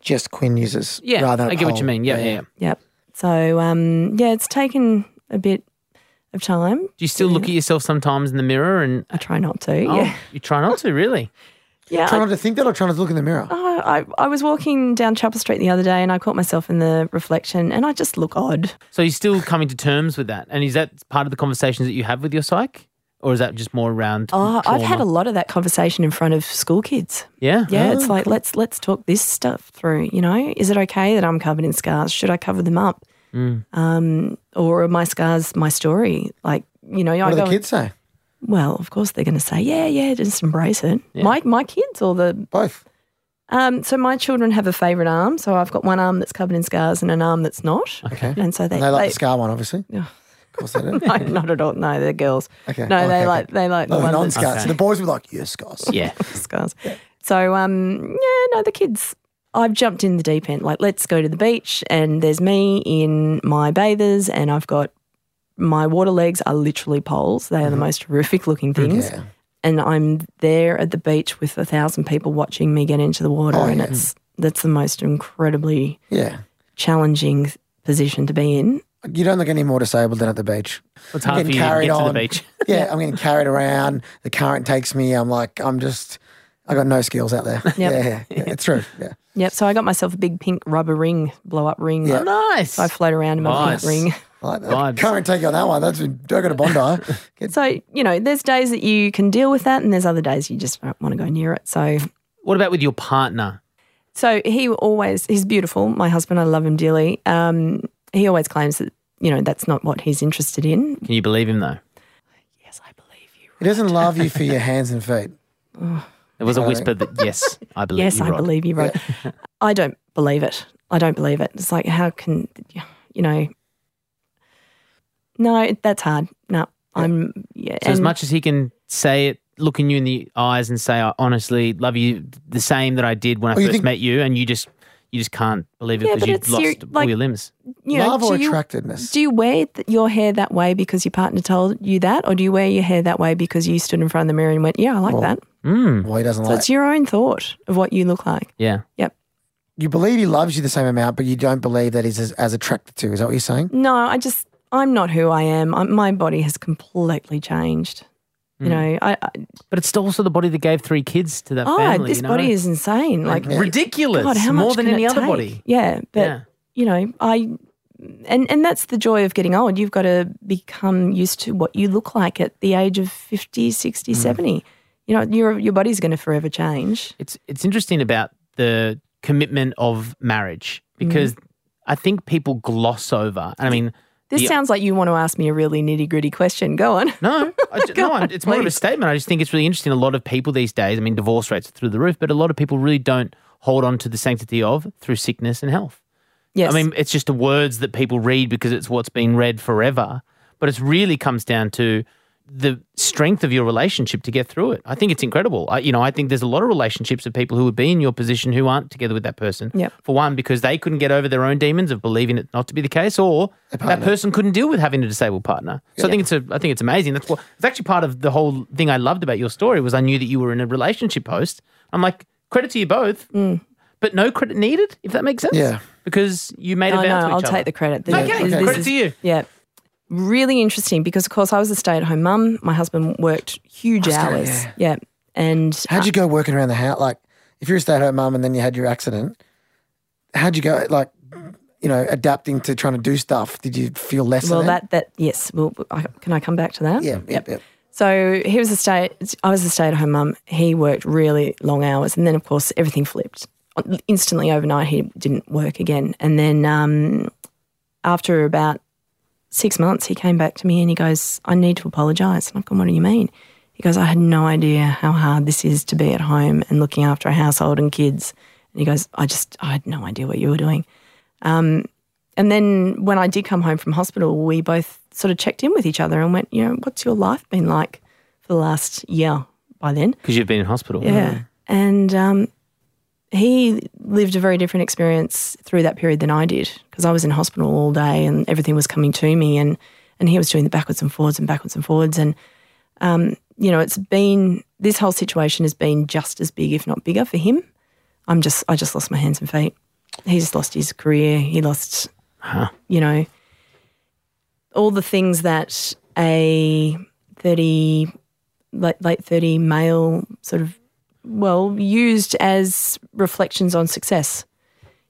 S3: Jess Quinn uses.
S2: yeah,
S3: rather than
S2: I get what
S3: whole-
S2: you mean. Yeah, yeah. yeah.
S4: Yep. So um, yeah, it's taken a bit of time.
S2: Do you still look at yourself sometimes in the mirror and
S4: I try not to.
S2: oh,
S4: Yeah,
S2: you try not to really?
S4: yeah. Oh,
S3: Try not to think that, or try not to look in the mirror.
S4: I, I, I was walking down Chapel Street the other day, and I caught myself in the reflection, and I just look odd.
S2: So you're still coming to terms with that, and is that part of the conversations that you have with your psych, or is that just more around?
S4: Oh, I've had a
S2: trauma?
S4: lot of that conversation in front of school kids.
S2: yeah,
S4: Yeah,
S3: Oh,
S4: it's like let's let's talk this stuff through. You know, is it okay that I'm covered in scars? Should I cover them up?
S3: Mm.
S4: Um, or are my scars my story? Like you know, I
S3: What do
S4: go
S3: the kids say?
S4: well. Of course, they're going to say yeah, yeah, just embrace it. My my kids or the
S3: Both.
S4: um. So my children have a favorite arm. So I've got one arm that's covered in scars and an arm that's not.
S3: Okay.
S4: And so they,
S3: And they like
S4: they-
S3: the scar one, obviously.
S4: Yeah.
S3: Of course they do.
S4: No, not at all. No, they're girls.
S3: Okay.
S4: No,
S3: Oh,
S4: they
S3: okay,
S4: like
S3: okay.
S4: they like the
S3: Oh, the
S4: one
S3: non
S4: that's
S3: scars. So the boys were like, "Yes, scars."
S2: yeah.
S4: scars. So um yeah, no, the kids I've jumped in the deep end. Like, let's go to the beach and there's me in my bathers and I've got my water legs are literally poles. They are
S3: Mm-hmm.
S4: the most horrific looking things.
S3: Yeah.
S4: And I'm there at the beach with a thousand people watching me get into the water
S3: Oh,
S4: and
S3: yeah.
S4: it's that's the most incredibly
S3: Yeah.
S4: challenging position to be in.
S3: You don't look any more disabled than at the beach.
S2: It's
S3: I'm
S2: hard for
S3: getting
S2: you to
S3: carried
S2: get to the
S3: on.
S2: beach.
S3: Yeah, I'm getting carried around. The current takes me. I'm like, I'm just, I got no skills out there. Yeah, yeah, yeah, it's true. Yeah,
S4: Yep. So I got myself a big pink rubber ring, blow up ring.
S3: Yeah.
S2: Nice.
S4: I float around in my
S2: Nice.
S4: pink ring.
S3: I like that.
S2: Vibes.
S3: Current take on that one. That's don't go to Bondi. Get,
S4: So, you know, there's days that you can deal with that and there's other days you just don't want to go near it. So,
S2: what about with your partner?
S4: so he always, he's beautiful. My husband, I love him dearly. Um, he always claims that, you know, that's not what he's interested in.
S2: Can you believe him though?
S4: Yes, I believe you.
S3: he doesn't love you for your hands and feet.
S2: There was a whisper that yes, I believe.
S4: Yes,
S2: you,
S4: I
S2: Rod.
S4: believe you, Rod. I don't believe it. I don't believe it. It's like, how can, you know, no, that's hard. No, I'm, yeah.
S2: So as
S4: and-
S2: much as he can say it, looking you in the eyes and say, "I honestly love you the same that I did when I
S3: Oh, you
S2: first
S3: think-
S2: met you," and you just you just can't believe it
S4: Yeah,
S2: because
S4: but
S2: you've
S4: it's seri-
S2: lost all
S4: like-
S2: your limbs.
S4: you know,
S3: love or
S4: do you-
S3: attractiveness.
S4: Do you wear th- your hair that way because your partner told you that, or do you wear your hair that way because you stood in front of the mirror and went, "Yeah, I like that"?
S3: well, he doesn't
S4: So
S3: like.
S4: it's your own thought of what you look like.
S2: Hmm. Yeah.
S4: Yep.
S3: You believe he loves you the same amount, but you don't believe that he's as, as attracted to. you. Is that what you're saying?
S4: No, I just I'm not who I am. I'm, my body has completely changed. You know, I, I
S2: But it's also the body that gave three kids to that
S4: oh,
S2: family.
S4: this
S2: you know?
S4: body is insane. Like
S2: ridiculous.
S4: God, how much
S2: more than
S4: can
S2: any
S4: it
S2: other
S4: take?
S2: body.
S4: Yeah, but
S2: Yeah.
S4: you know, I and and that's the joy of getting old. You've got to become used to what you look like at the age of 50, 60, 70. You know, your your body's going to forever change.
S2: It's it's interesting about the commitment of marriage
S4: Mm.
S2: because I think people gloss over. And I mean,
S4: This
S2: Yeah.
S4: sounds like you want to ask me a really nitty gritty question. Go on.
S2: No, I ju- no, I'm- it's more of a statement. I just think it's really interesting. A lot of people these days, I mean, divorce rates are through the roof, but a lot of people really don't hold on to the sanctity of through sickness and health. I
S4: Yes.
S2: mean, it's just the words that people read because it's what's been read forever. But it really comes down to the strength of your relationship to get through it. I think it's incredible. I, you know, I think there's a lot of relationships of people who would be in your position who aren't together with that person.
S4: Yep.
S2: For one, because they couldn't get over their own demons of believing it not to be the case, or that person couldn't deal with having a disabled partner. So I think it's a, I think it's amazing. That's what it's actually part of the whole thing I loved about your story was I knew that you were in a relationship post. I'm like, credit to you both, but no credit needed, if that makes sense.
S3: Yeah.
S2: Because you made a
S4: no,
S2: vow
S4: Oh, no,
S2: to each
S4: I'll
S2: other.
S4: take the credit.
S2: Okay, credit to you.
S4: Yeah. Really interesting because, of course, I was a stay at home mum. My husband worked huge hours. yeah. And
S3: How'd you go working around the house? Like, if you're a stay-at-home mum and then you had your accident, how'd you go? Like, you know, adapting to trying to do stuff. Did you feel less?
S4: uh, well,
S3: than
S4: that, that, yes. Well, I, can I come back to that?
S3: Yeah, yep, yep.
S4: So he was a stay. I was a stay-at-home mum. He worked really long hours, and then of course everything flipped instantly overnight. He didn't work again, and then um, after about six months, he came back to me and he goes, "I need to apologise." And I've gone, "What do you mean?" He goes, "I had no idea how hard this is to be at home and looking after a household and kids." And he goes, "I just, I had no idea what you were doing." And then when I did come home from hospital, we both sort of checked in with each other and went, you know, what's your life been like for the last year by then?
S2: Mm-hmm. Because you've been in hospital.
S4: Yeah. And um, he lived a very different experience through that period than I did because I was in hospital all day and everything was coming to me and and he was doing the backwards and forwards and backwards and forwards and um, you know it's been this whole situation has been just as big if not bigger for him. I'm just I just lost my hands and feet. He just lost his career. He lost you know all the things that a 30 late, late 30 male sort of well used as reflections on success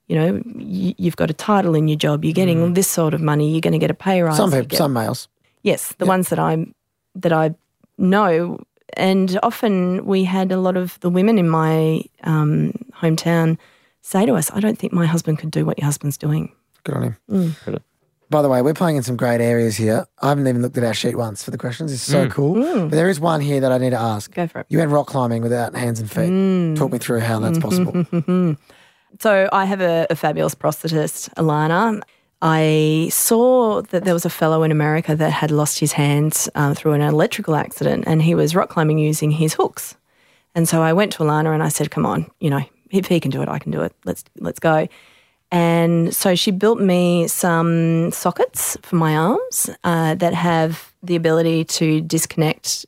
S4: you know you, you've got a title in your job you're getting this sort of money you're going to get a pay rise
S3: Mm. Some
S4: you
S3: people,
S4: get-
S3: some males.
S4: yes the ones that i that i know and often we had a lot of the women in my um, hometown say to us i don't think my husband could do what your husband's doing
S3: Good on him.
S2: Good.
S3: By the way, we're playing in some great areas here. I haven't even looked at our sheet once for the questions. It's
S4: Mm.
S3: so cool. But there is one here that I need to ask.
S4: go for it
S3: You went rock climbing without hands and feet. Talk me through how that's possible.
S4: So I have a, a fabulous prosthetist, Alana. I saw that there was a fellow in America that had lost his hands um, through an electrical accident and he was rock climbing using his hooks. And so I went to Alana and I said, come on, you know, if he can do it, I can do it. Let's, let's go. And so she built me some sockets for my arms uh, that have the ability to disconnect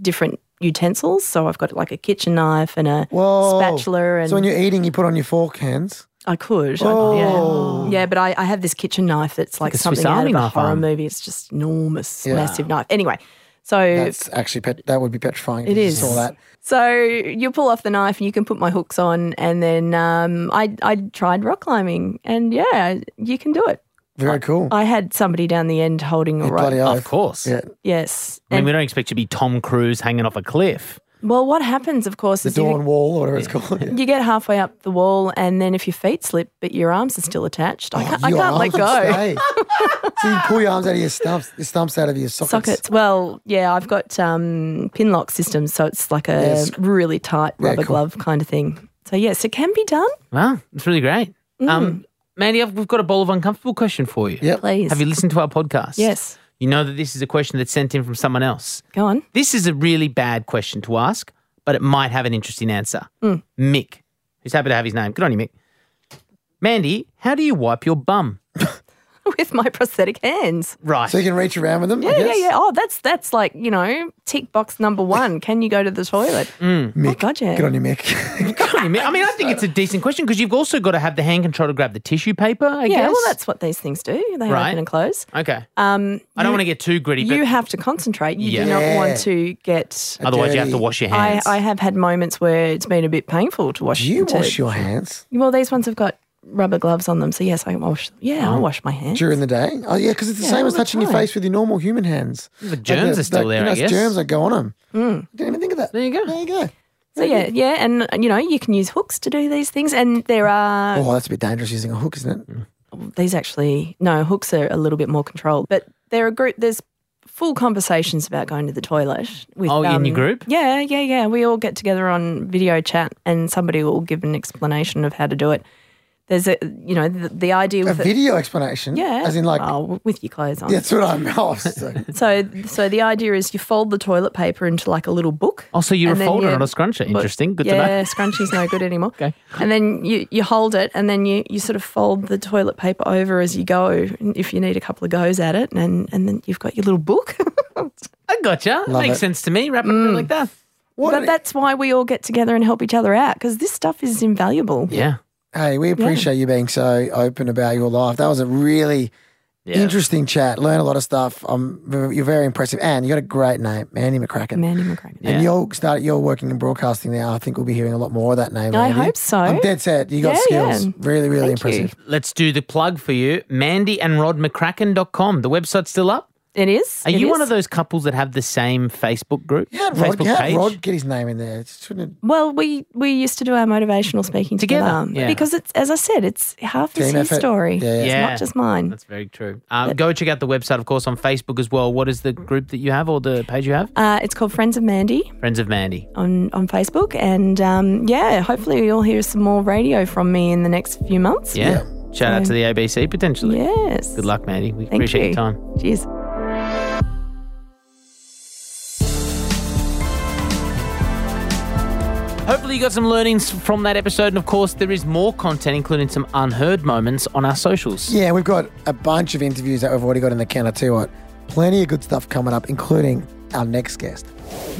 S4: different utensils. So I've got like a kitchen knife and a
S3: Whoa.
S4: spatula. And
S3: So when you're eating, you put on your fork hands.
S4: I could. I-
S3: Oh.
S4: Yeah. yeah, but I, I have this kitchen knife that's like,
S2: a Swiss
S4: something out
S2: Army
S4: of a
S2: knife
S4: horror
S2: arm.
S4: movie. It's just enormous,
S3: Yeah.
S4: massive knife. Anyway, so
S3: That's actually pet- that would be petrifying. If
S4: It
S3: you
S4: is.
S3: Saw that.
S4: so you pull off the knife and you can put my hooks on, and then um, I I tried rock climbing, and yeah, you can do it.
S3: Very cool.
S4: I had somebody down the end holding a rope.
S3: Bloody
S2: Of
S3: oath.
S2: course.
S3: Yeah.
S4: Yes.
S2: I mean,
S4: And-
S2: we don't expect you to be Tom Cruise hanging off a cliff.
S4: well, what happens, of course,
S3: The
S4: is you,
S3: dawn wall, or whatever it's called. Yeah.
S4: you get halfway up the wall, and then if your feet slip, but your arms are still attached, I can't, I
S3: Oh, Your
S4: can't
S3: arms
S4: let go.
S3: stay. so you pull your arms out of your stumps, your stumps out of your sockets.
S4: sockets. Well, yeah, I've got um, pin lock systems, so it's like a
S3: Yes.
S4: really tight
S3: Yeah,
S4: rubber
S3: cool.
S4: glove kind of thing. So yes, it can be done.
S2: Wow, it's really great.
S4: Mm.
S2: Um, Mandy, I've, we've got a bowl of uncomfortable question for you.
S3: Yep.
S4: Please,
S2: Have you listened to our podcast?
S4: Yes.
S2: You know that this is a question that's sent in from someone else.
S4: go on.
S2: This is a really bad question to ask, but it might have an interesting answer.
S4: Mm.
S2: Mick, who's happy to have his name. Good on you, Mick. Mandy, how do you wipe your bum?
S4: With my prosthetic hands.
S2: Right.
S3: So you can reach around with them. I
S4: Yeah, yeah,
S3: guess?
S4: yeah. Oh, that's that's like you know tick box number one. Can you go to the toilet?
S2: Mm.
S4: Oh,
S3: Mick,
S4: God, yeah.
S3: Good on you, Mick.
S2: Good on you, Mick. I mean, I think it's a decent question because you've also got to have the hand control to grab the tissue paper, I
S4: Yeah,
S2: guess.
S4: well, that's what these things do. They
S2: Right.
S4: open and close.
S2: Okay.
S4: Um,
S2: I don't want to get too gritty, but
S4: you have to concentrate. You
S2: Yeah.
S4: do not
S3: Yeah.
S4: want to get.
S2: otherwise you have to
S3: Dirty.
S2: wash your
S4: I,
S2: hands.
S4: I have had moments where it's been a bit painful to wash.
S3: Do you
S4: to-
S3: wash your hands
S4: Well, these ones have got rubber gloves on them, so yes, I wash. Yeah, I wash my hands.
S3: Oh. during the day? Oh yeah, because it's the
S4: Yeah,
S3: same as
S4: all the
S3: touching your
S4: time.
S3: face with your normal human hands.
S2: the germs are still there,
S3: you know,
S2: I
S3: it's
S2: guess. Hmm.
S3: Germs that go on them. I didn't even think of that.
S2: There you go.
S3: There you go.
S4: So yeah, yeah, and uh, you know you can use hooks to do these things, and there are
S3: Oh, that's a bit dangerous using a hook, isn't
S2: Mm.
S3: it?
S4: these actually no hooks are a little bit more controlled, but there are group there's full conversations about going to the toilet with
S2: Oh, in
S4: um,
S2: your group?
S4: Yeah, yeah, yeah. We all get together on video chat, and somebody will give an explanation of how to do it. There's a you know the, the idea
S3: A
S4: with it-
S3: video explanation.
S4: yeah,
S3: As in like
S4: oh, with your clothes on.
S3: yeah, that's what I'm I was like,
S4: So so the idea is you fold the toilet paper into like a little book.
S2: Oh, so you're
S4: And
S2: a
S4: then
S2: folder,
S4: you-
S2: not a scruncher.
S4: But-
S2: Interesting. Good
S4: yeah,
S2: to know.
S4: scrunchie's no good anymore.
S2: Okay.
S4: And then you, you hold it and then you, you sort of fold the toilet paper over as you go and if you need a couple of goes at it. And, and then you've got your little book.
S2: I gotcha.
S3: Love
S2: Makes
S3: it.
S2: sense to me. Wrap it around
S4: Mm.
S2: like that.
S3: What
S4: but that's why we all get together and help each other out because this stuff is invaluable.
S2: Yeah.
S3: Hey, we appreciate you being so open about your life. That was a really
S2: Yeah.
S3: interesting chat. Learn a lot of stuff. Um, you're very impressive, and you got a great name, Andy McCracken.
S4: Mandy McCracken.
S2: Yeah.
S3: And you'll start. You're working in broadcasting now. I think we'll be hearing a lot more of that name.
S4: I
S3: Andy.
S4: hope so.
S3: I'm dead set. You got
S4: Yeah,
S3: skills.
S4: yeah.
S3: Really, really
S4: Thank you.
S3: impressive.
S2: Let's do the plug for you. Mandy and Rod McCracken.com. The website's still up.
S4: It is.
S2: Are
S4: it
S2: you
S4: is.
S2: one of those couples that have the same Facebook group?
S3: Yeah, Rod,
S2: Facebook
S3: yeah,
S2: page?
S3: Rod, get his name in there. It's- shouldn't it-
S4: Well, we, we used to do our motivational speaking
S2: Together,
S4: together, Um,
S2: yeah.
S4: because it's as I said, it's half is
S3: Team
S4: his
S3: effort.
S4: story.
S3: Yeah, yeah.
S4: It's
S2: Yeah.
S4: not just mine.
S2: That's very true. Um, go check out the website, of course, on Facebook as well. What is the group that you have or the page you have?
S4: Uh, it's called Friends of Mandy.
S2: Friends of Mandy.
S4: on, on Facebook. And um, yeah, hopefully you'll hear some more radio from me in the next few months.
S2: Yeah. Shout out to the ABC potentially.
S4: Yes.
S2: Good luck, Mandy. We
S4: Thank
S2: appreciate
S4: you.
S2: your time.
S4: Cheers.
S2: Hopefully,
S5: Hopefully, you got some learnings from that episode. And of course, there is more content, including some unheard moments on our socials.
S3: Yeah, we've got a bunch of interviews that we've already got in the can. I tell you what, plenty of good stuff coming up, including our next guest.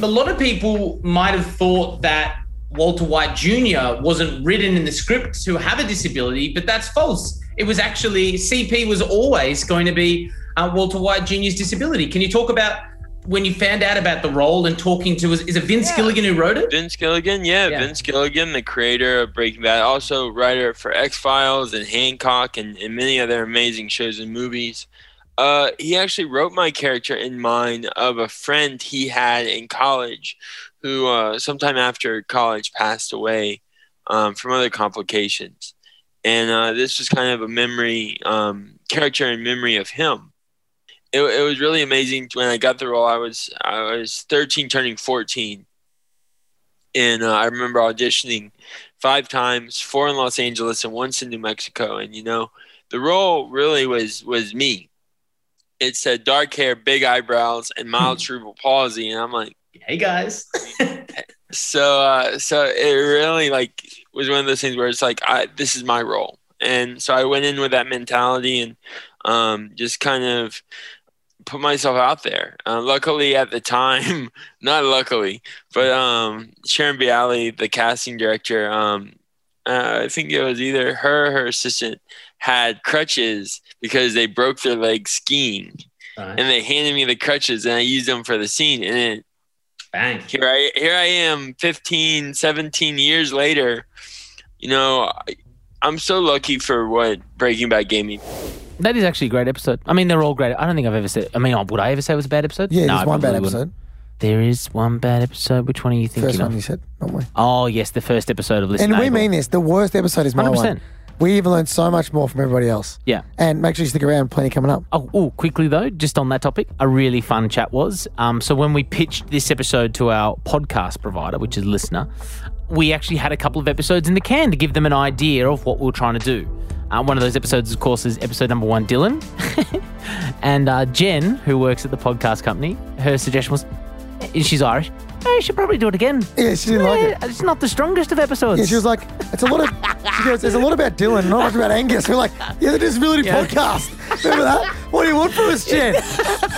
S2: a lot of people might have thought that Walter White Jr. wasn't written in the script to have a disability, but that's false. It was actually CP was always going to be uh, Walter White Jr.'s disability. Can you talk about when you found out about the role and talking to is it Vince Gilligan who wrote it?
S6: Vince Gilligan, yeah,
S2: Yeah.
S6: Vince Gilligan, the creator of Breaking Bad, also writer for X Files and Hancock and, and many other amazing shows and movies. Uh, he actually wrote my character in mind of a friend he had in college who, uh, sometime after college, passed away um, from other complications. And uh, this was kind of a memory, um, character in memory of him. It, it was really amazing when I got the role. I was I was 13, turning 14, and uh, I remember auditioning five times, four in Los Angeles and once in New Mexico. And you know, the role really was was me. It said dark hair, big eyebrows, and mild cerebral palsy, and I'm like,
S2: Hey guys.
S6: so uh, so it really like was one of those things where it's like, I this is my role, and so I went in with that mentality and um, just kind of put myself out there. Uh, luckily at the time, not luckily, but um, Sharon Bialy, the casting director, um, uh, I think it was either her or her assistant had crutches because they broke their legs skiing,
S2: Right.
S6: and they handed me the crutches and I used them for the scene, and it
S2: Bang.
S6: here I here I am 15 17 years later you know I, I'm so lucky for what Breaking Bad gave me
S5: That is actually a great episode. I mean, they're all great. I don't think I've ever said. I mean, would I ever say it was a bad episode?
S3: Yeah,
S5: No, I
S3: there's one bad
S5: probably wouldn't.
S3: episode.
S5: There is one bad episode. Which one are you thinking
S3: First
S5: of?
S3: one you said, not we?
S5: Oh yes, the first episode of Listen.
S3: And we
S5: Able.
S3: mean this. The worst episode is my one.
S5: 100%.
S3: We have learned so much more from everybody else.
S5: Yeah.
S3: And make sure you stick around. Plenty coming up.
S5: Oh, ooh, quickly though, just on that topic, a really fun chat was. Um, so when we pitched this episode to our podcast provider, which is Listener, we actually had a couple of episodes in the can to give them an idea of what we were trying to do. Uh, one of those episodes, of course, is episode number one, Dylan, and uh, Jen, who works at the podcast company. Her suggestion was, eh, she's Irish. I should probably do it again.
S3: Yeah, she didn't like it.
S5: Eh, It's not the strongest of episodes.
S3: Yeah, she was like, it's a lot of. She goes, there's a lot about Dylan, not much about Angus. We're like, yeah, the disability podcast. Remember that? What do you want from us, Jen?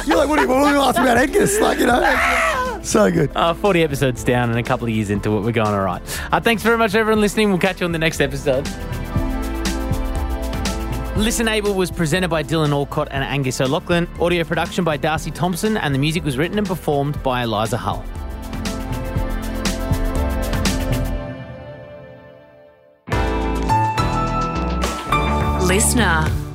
S3: You're like, what do you want to ask about Angus? Like, you know, so good.
S5: Uh, 40 episodes down and a couple of years into it, we're going all right. Uh, thanks very much, everyone, listening. We'll catch you on the next episode. Listen Able was presented by Dylan Alcott and Angus O'Loughlin. Audio production by Darcy Thompson, and the music was written and performed by Eliza Hull.
S1: Listener.